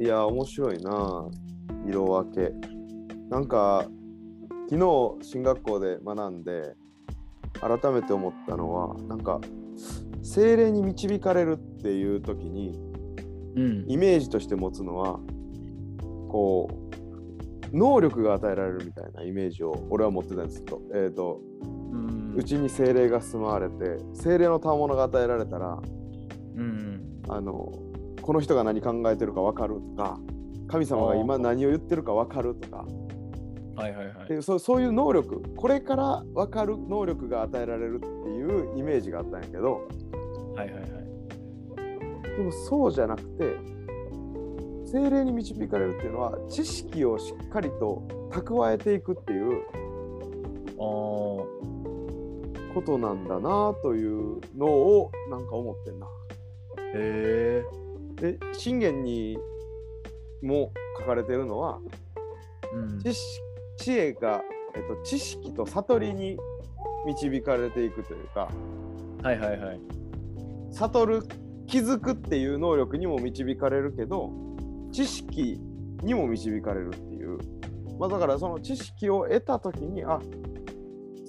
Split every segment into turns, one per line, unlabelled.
や、面白いな。色分け。なんか、昨日、進学校で学んで、改めて思ったのは、なんか、精霊に導かれるっていう時に、
うん
イメージとして持つのは、こう、能力が与えられるみたいなイメージを俺は持ってたんですけど、えっ、と、
うん
うちに精霊が住まわれて、精霊の賜物が与えられたら、
うん
あのこの人が何考えてるか分かるとか神様が今何を言ってるか分かるとか
はいはいはい
でそうそういう能力これから分かる能力が与えられるっていうイメージがあったんやけど
はいはいはい
でもそうじゃなくて精霊に導かれるっていうのは知識をしっかりと蓄えていくっていう
あー
ことなんだなというのをなんか思ってんな。
へえ
で信玄にも書かれてるのは
うん
知識知恵が、えっと、知識と悟りに導かれていくというか
はいはいはい
悟る気づくっていう能力にも導かれるけど知識にも導かれるっていう、まあ、だからその知識を得た時にあ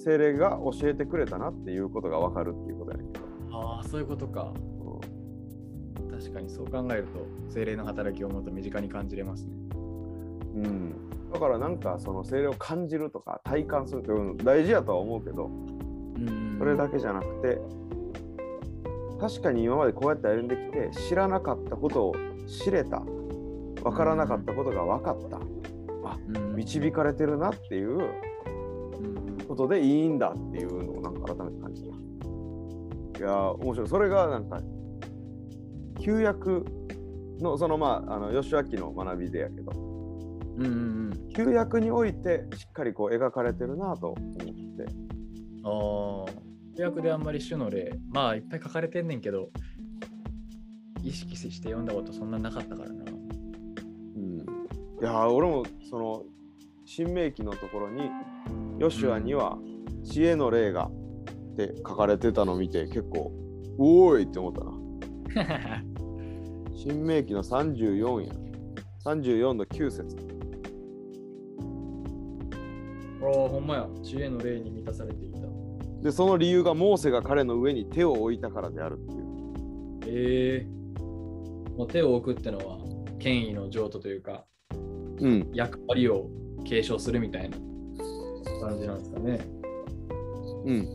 精霊が教えてくれたなっていうことが分かるっていうことやねんけど、
ああそういうことか
うん
確かにそう考えると精霊の働きをもっと身近に感じれますね
うん、だからなんかその精霊を感じるとか体感するっていうの大事やとは思うけど
うん
それだけじゃなくて確かに今までこうやって歩んできて知らなかったことを知れた分からなかったことが分かった
うん
導かれてるなっていう
うん
ことでいいんだっていうのをなんか改めて感じたいやー面白いそれがなんか旧約のそのまああの吉脇の学びでやけど
うんうん
旧約においてしっかりこう描かれてるなと思って
ああ予約であんまり種の例まあいっぱい書かれてんねんけど意識して読んだことそんななかった からな
いやー俺もその新明記のところにヨシュアには知恵の霊がって書かれてたの見て結構おーいって思ったな新明記の34や34の9節
ああ、ほんまや。知恵の霊に満たされていた。
でその理由がモーセが彼の上に手を置いたからであるっていう
ええもう手を置くってのは、権威の譲渡というか、
うん
役割を継承するみたいな感じなんですかね。
うん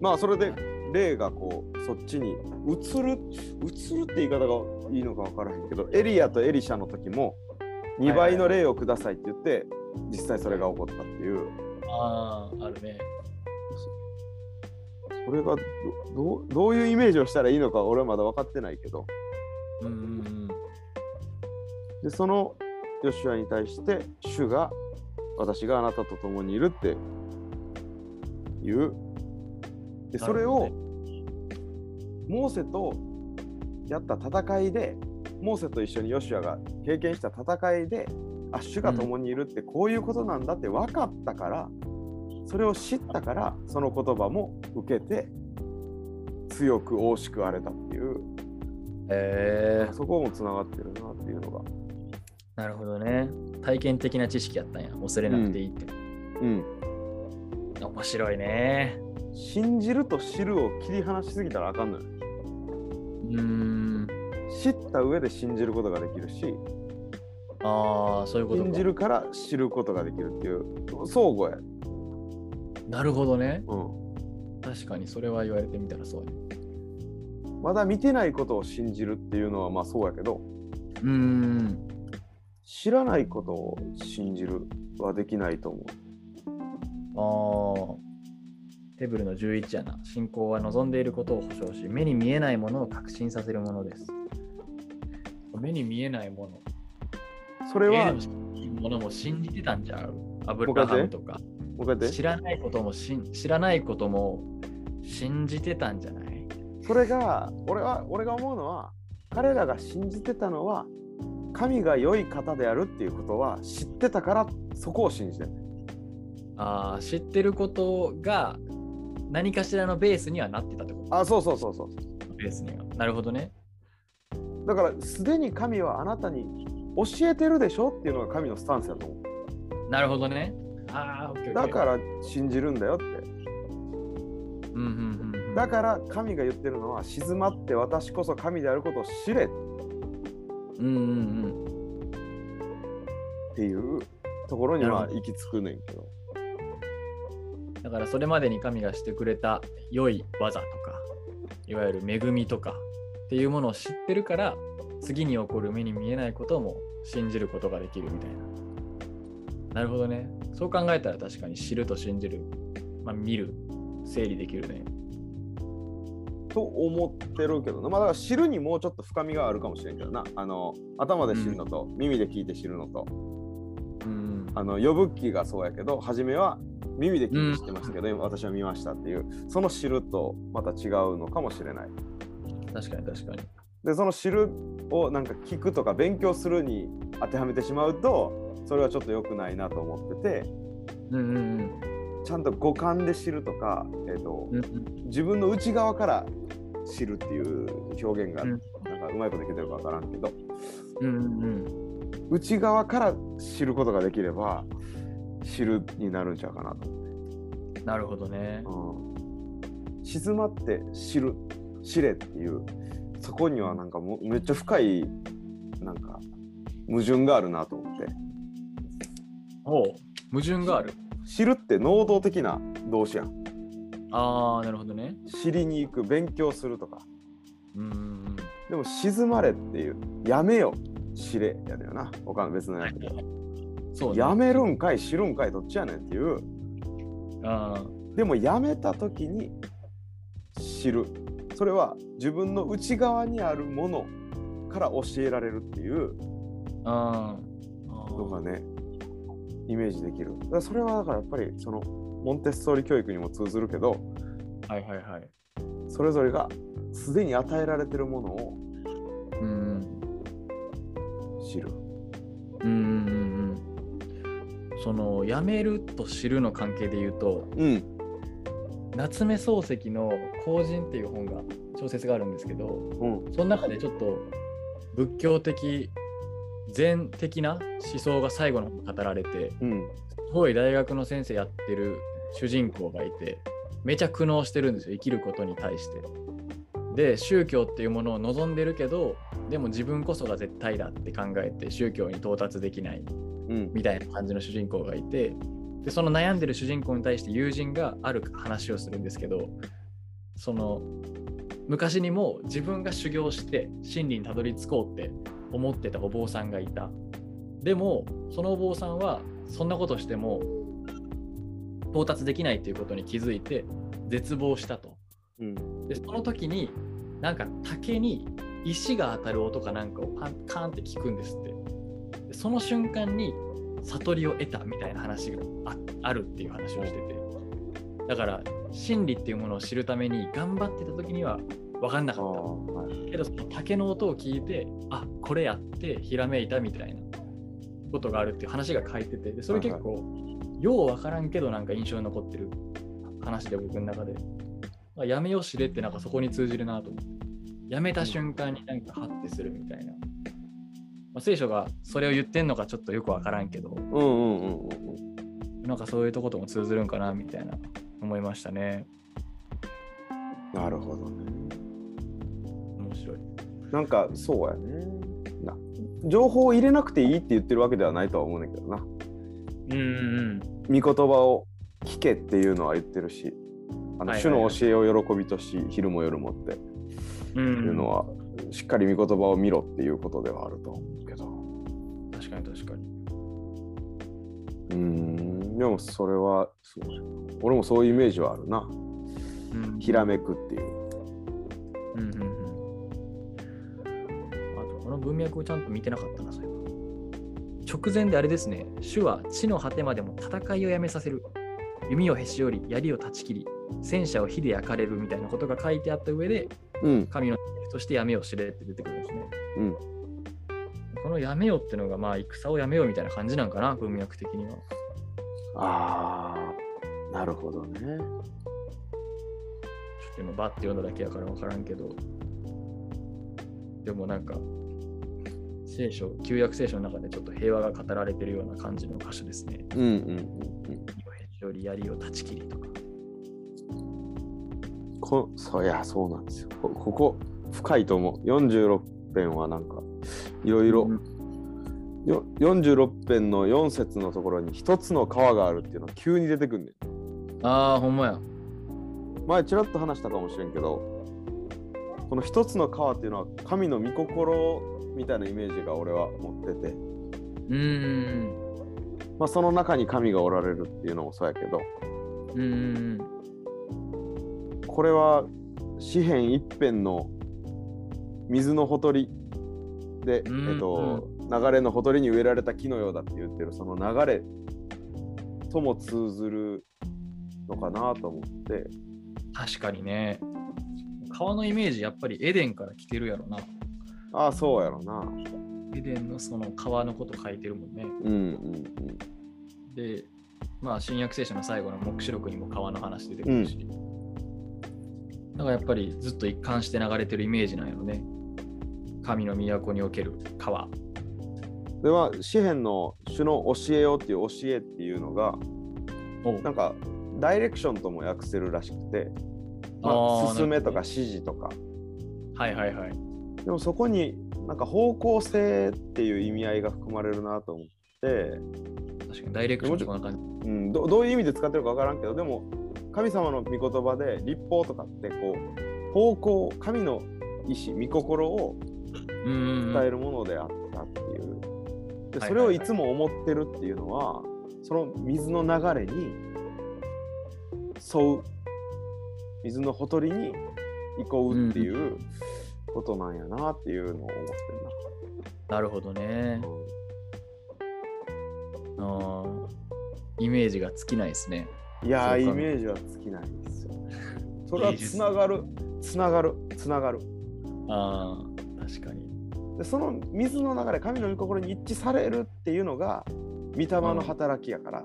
まあそれで霊がこうそっちに移る移るって言い方がいいのか分からへんけどエリアとエリシャの時も2倍の霊をくださいって言って実際それが起こったっていう。
ああ、あるね。
それがどどうどういうイメージをしたらいいのか俺はまだ分かってないけど
うんうん
でそのヨシュアに対して主が私があなたと共にいるっていうで
な
それ
るほど
を
ね
モーセとやった戦いでモーセと一緒にヨシュアが経験した戦いであ主が共にいるってこういうことなんだって分かったから、それを知ったからその言葉も受けて強く大しく荒れたっていう
うん。ええ
そこもつながってるなっていうのが。
なるほどね。体験的な知識やったんや。恐れなくていいって。
うん
面白いね。
信じると知るを切り離しすぎたらあかんのよ
うん。
知った上で信じることができるし
ああ、そういうこと
信じ
か。
るから知ることができるっていう相互や、
なるほどね。
う
確かに、それは言われてみたらそうやね。
ん、まだ見てないことを信じるっていうのはまあそうやけど
うん。
知らないことを信じるはできないと思
ああ。テーブルの11やな。信仰は望んでいることを保証し、目に見えないものを確信させるものです。目に見えない
う
もの。
それ
え
は
ー
も
でもものも信じてたんじゃうアブ
もう一回
ラ
やって
ハムとか。
う一回やっ
知
て
らないこともしん知らないことも信じてたんじゃない
それが俺は俺が思うのは彼らが信じてたのは神が良い方であるっていうことは知ってたからそこを信じてる
ああ、知ってることが何かしらのベースにはなってたってこ
あそうそうそうそう
とベースには。なるほどね。
だからすでに神はあなたに教えてるでしょっていうのが神のスタンスだと思
なるほどね。ああ、オッ
う
ケーオッ
だ
ケー
から信じるんだよって
うんうんうんうん。
だから神が言ってるのは静まって私こそ神であることを知れっ
うんうんうん。
ていうところに
なる
は
ほ
行き着くねんけど
だからそれまでに神がしてくれた良い技とかいわゆる恵みとかっていうものを知ってるから次に起こる目に見えないことも信じることができるみたいな。なるほどね。そう考えたら確かに知ると信じる、まあ、見る、整理できるね。
と思ってるけどなまあだから知るにもうちょっと深みがあるかもしれんけどなあの頭で知るのと、耳で聞いて知るのと
うん
あの呼ぶ気がそうやけど初めは耳で聞いて知ってましたけど、今私は見ましたっていうその知るとまた違うのかもしれない
確かに確かに。
でその知るをなんか聞くとか勉強するに当てはめてしまうとそれはちょっと良くないなと思ってて
うんうんうん
ちゃんと五感で知るとか、えーと
うんうん。
自分の内側から知るっていう表現が
うん
なんかうまいこといけてるかわからんけど
うんうん
内側から知ることができれば知るになるんちゃうかなと。
うん。なるほどね。
うん静まって知る知れっていうそこにはなんかもうめっちゃ深いなんか矛盾があるなと思って
ほう。矛盾がある。
知るって能動的な動詞やん
ああ、なるほどね。
知りに行く勉強するとか
うんうん
でも静まれっていうやめよ知れやだよな他の別のやつで
うん。そうね。
やめるんかい知るんかいどっちやねんっていう
あー
でもやめた時に知るそれは自分の内側にあるものから教えられるっていう
あ
の
ー
がねイメージできるだからそれはだからやっぱりそのモンテッソーリ教育にも通ずるけど
はいはいはい。
それぞれがすでに与えられてるものを
うん。
知る
うんうんうんうん。その、やめると知るの関係で言うと、
うん
夏目漱石の「後人」っていう本が、小説があるんですけど、
うん
その中でちょっと仏教的、禅的な思想が最後の方に語られて、
うん
すごい大学の先生やってる主人公がいてめちゃ苦悩してるんですよ生きることに対して。で宗教っていうものを望んでるけどでも自分こそが絶対だって考えて宗教に到達できない
うん
みたいな感じの主人公がいてでその悩んでる主人公に対して友人がある話をするんですけどその昔にも自分が修行して真理にたどり着こうって思ってたお坊さんがいたでもそのお坊さんはそんなことしても到達できないということに気づいて絶望したと
うん
でその時になんか竹に石が当たる音かなんかをパンカーンって聞くんですってでその瞬間に悟りを得たみたいな話がああるっていう話をしててだから真理っていうものを知るために頑張ってた時には分かんな
あ
か
あ
った
はい
けどその竹の音を聞いてあこれやってひらめいたみたいなことがあるっていう話が書いててでそれ結構、ようわからんけどなんか印象に残ってる話で僕の中であやめよしれってなんかそこに通じるなと思ってやめた瞬間になんかハッてするみたいな、まあ、聖書がそれを言ってんのかちょっとよくわからんけど
うんうんうんうんうん
なんかそういうとことも通ずるんかなみたいな思いましたね
なるほどね
面白い
なんかそうやねな情報を入れなくていいって言ってるわけではないとは思うねんだけどな
うんうん
御言葉を聞けっていうのは言ってるしあの、
はいはいはい
主の教えを喜びとし昼も夜もって
う
って
ん
いうのは、しっかり御言葉を見ろっていうことではあると思うけど
確かに確かに
うんでもそれはそうやな俺もそういうイメージはあるな
うん
ひらめくっていう
うんうんうん。あと、この文脈をちゃんと見てなかったな、それは。直前であれですね、主は地の果てまでも戦いをやめさせる。弓をへし折り、槍を断ち切り、戦車を火で焼かれるみたいなことが書いてあった上で、
うん
神の敵としてやめよ知れって出てくるんですね。
うん
このやめよってのが、まあ、戦をやめようみたいな感じなんかな、文脈的には。
ああなるほどね
ちょっと今バッて読んだだけやから分からんけど、でもなんか、聖書、旧約聖書の中でちょっと平和が語られてるような感じの箇所ですね。
うんうんうん
よへよりやりを断ち切りとか。
うん。こそういや、そうなんですよ。こここ深いと思う。46編はなんか、いろいろ。よ46編の4節のところに一つの川があるっていうのが急に出てくんねん
ああ、ほんまや。
前ちらっと話したかもしれんけどこの一つの川っていうのは神の御心みたいなイメージが俺は持ってて、
うーん。
まあ、その中に神がおられるっていうのもそうやけど
うーん。
これは詩篇一辺の水のほとりで、
うん
えっと、流れのほとりに植えられた木のようだって言ってるその流れとも通ずるのかなと思って
確かにね。川のイメージ、やっぱりエデンから来てるやろな。
ああそうやろな
エデンのその川のこと書いてるもんね。
うんうん
で、まあ、新約聖書の最後の黙示録にも川の話出てくるし。だからやっぱりずっと一貫して流れてるイメージなんやろね。神の都における川。
うんでは詩篇の「主の教えよ」っていう教えっていうのが
おう
なんかダイレクションとも訳せるらしくて、まあ、
ー
進めとか
なる
指示とか
ほどはいはいはい。
でもそこになんか方向性っていう意味合いが含まれるなと思って、
確かにダイレクションってこんな感じ。
うん、どどういう意味で使ってるかわからんけどでも神様の御言葉で立法とかってこう方向神の意志御心を
うんうん
伝えるものであったっていうで
はいはい
そ
はい
れをいつも思ってるっていうのはその水の流れに沿う水のほとりに行こうっていうことなんやなっていうのを思って
なるほどね
るな。。
あーイメージが尽きないですね。
いやー
そう
イ
か
メージは尽きないですよ。それはつながるつながるつながる。
ああ、確かに。
でその水の流れ神の御心に一致されるっていうのが御霊の働きやから。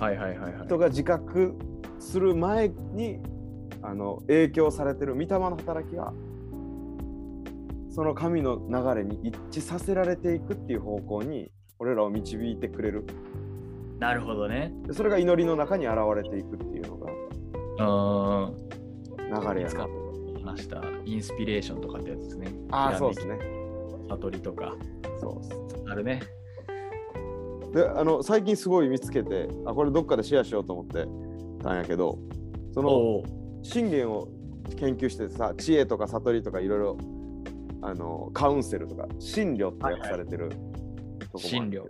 はいはいはいはい。
人が自覚する前にあの影響されてる御霊の働きがその神の流れに一致させられていくっていう方向に俺らを導いてくれる
なるほどね。
でそれが祈りの中に現れていくっていうの
あ
が流
あ、
れ
い
や
つ
な
か話したインスピレーションとかってやつですね。
ああそうです
ね。
ね
悟りとか。
そうっす
あるね。
であの最近すごい見つけてあこれどっかでシェアしようと思ってたんやけどその
おう
信玄を研究してさ知恵とか悟りとかいろいろあのカウンセルとか診療って訳されてるとこもあるけど
診療。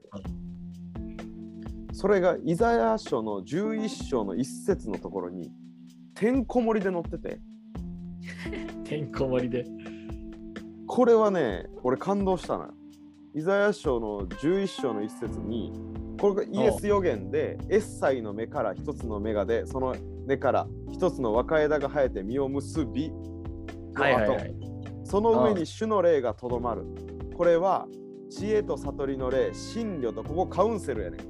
それがイザヤ書の11章の一節のところにてんこ盛りで載ってて
てんこ盛りで。
これはね俺感動したなイザヤ書の11章の一節にこれがイエス予言でエッサイの目から一つの目がでその根から一つの若枝が生えて実を結びの
はいはい
後
はい。
その上に主の霊がとどまる。これは知恵と悟りの霊、真理とここカウンセルやねん。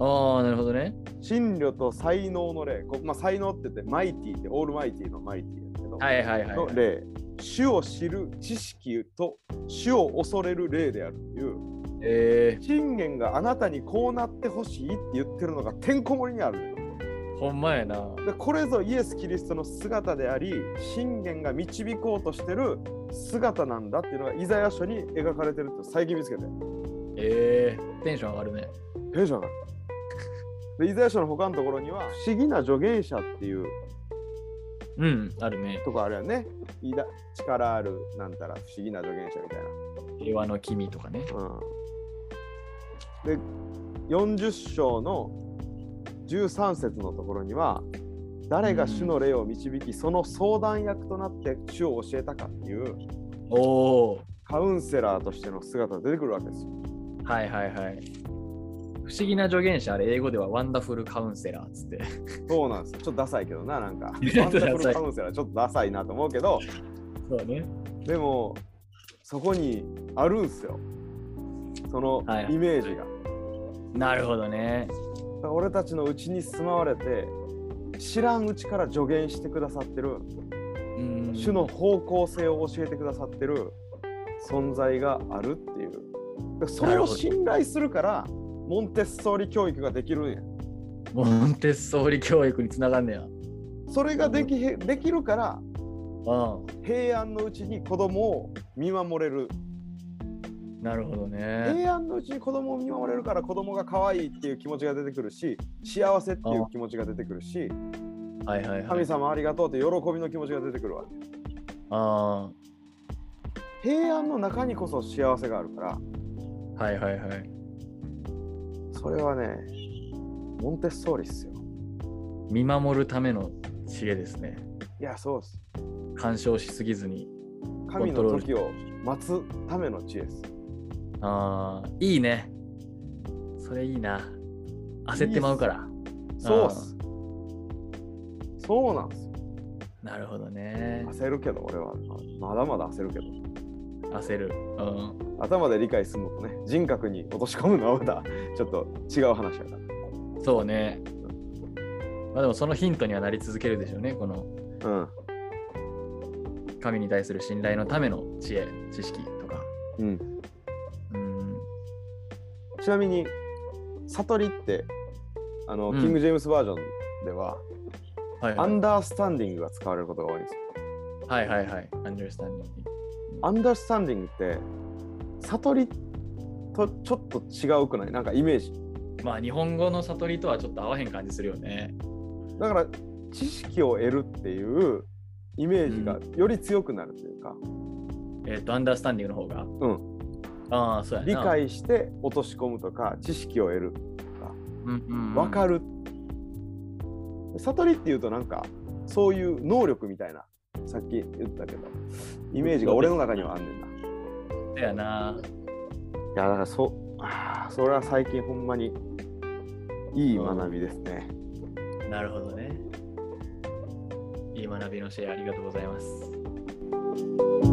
ああ、なるほどね。
真理と才能の霊、こまあ、才能って言ってマイティってオールマイティのマイティやけど、
はいはいはい、
の
はい。
霊、主を知る知識と主を恐れる霊であるという、
え
信玄があなたにこうなってほしいって言ってるのがてんこ盛りにあるねん。
ー、ほんまやな。
でこれぞイエス・キリストの姿であり信玄が導こうとしてる姿なんだっていうのがイザヤ書に描かれてるって最近見つけて
えー、テンション上がるね。
テンション上がるでイザヤ書の他のところには不思議な助言者っていう
うん、あるね。
とこあるよねいだ力あるなんたら不思議な助言者みたい
平和の君とかね。
な、うん、で40章の13節のところには誰が主の霊を導きその相談役となって主を教えたかっていう
おお。
カウンセラーとしての姿が出てくるわけですよ。
はいはいはい。不思議な助言者、あれ、英語ではワンダフルカウンセラーっつって。
そうなんですよ。ちょっとダサいけどな、なんか。ワン
い
ダ
や
フ
ダサ
ル
い
カウンセラーちょっとダサいなと思うけど、
そうね。
でも、そこにあるんですよ。その
はい
イメージが。
なるほどね。
だから俺たちのうちに住まわれて、知らんうちから助言してくださってる、
うん
種の方向性を教えてくださってる、存在があるっていうそ
な
れ
る
を
ほど
信頼するからモンテッソーリ教育ができるんや
モンテッソーリ教育につながんねや。
それができへできるから
う
平安のうちに子供を見守れる
ん。なるほどね。
平安のうちに子供を見守れるから子供が可愛いっていう気持ちが出てくるし幸せっていう気持ちが出てくるし
はいはいはい。
神様ありがとうって喜びの気持ちが出てくるわけ
あ
平安の中にこそ幸せがあるから
あ。はいはいはい。
それはねモンテッソーリっすよ
見守るための知恵ですね。
いやそうです
干渉しすぎずに。
神
コントロ
の
ール
時を待つための知恵です
ああ。いいね。それいいな。焦ってまうから。
そうっすそうなんですよ
なるほどね。
焦るけど俺はまだまだ焦るけど
焦る。うん。
頭で理解するのとね人格に落とし込むのはまたちょっと違う話やから
そうね。まあでもそのヒントにはなり続けるでしょうね。この
うん
神に対する信頼のための知恵、知識とか。
うん
うん。
ちなみに「悟り」ってあの、
うん
キング・ジェームスバージョンでは、
はい
ア
はい
ンダースタンディングが使われることが多いんですよ。
はいはいはい。アンダースタンディング。
アンダースタンディングって悟りとちょっと違うくないなんかイメージ。
まあ日本語の悟りとはちょっと合わへん感じするよね。
だから知識を得るっていうイメージがより強くなるというか、。
えっ、と、アンダースタンディングの方が。うんああ、そうやな。
理。解して落とし込むとか知識を得る
うんうん、うん。
分か
る。
る、悟りっていうとなんかそういう能力みたいなさっき言ったけどイメージが俺の中にはあんねんな。
そうやな。
いやだからそあーそれは最近ほんまにいい学びですね。
なるほどね。いい学びのシェアありがとうございます。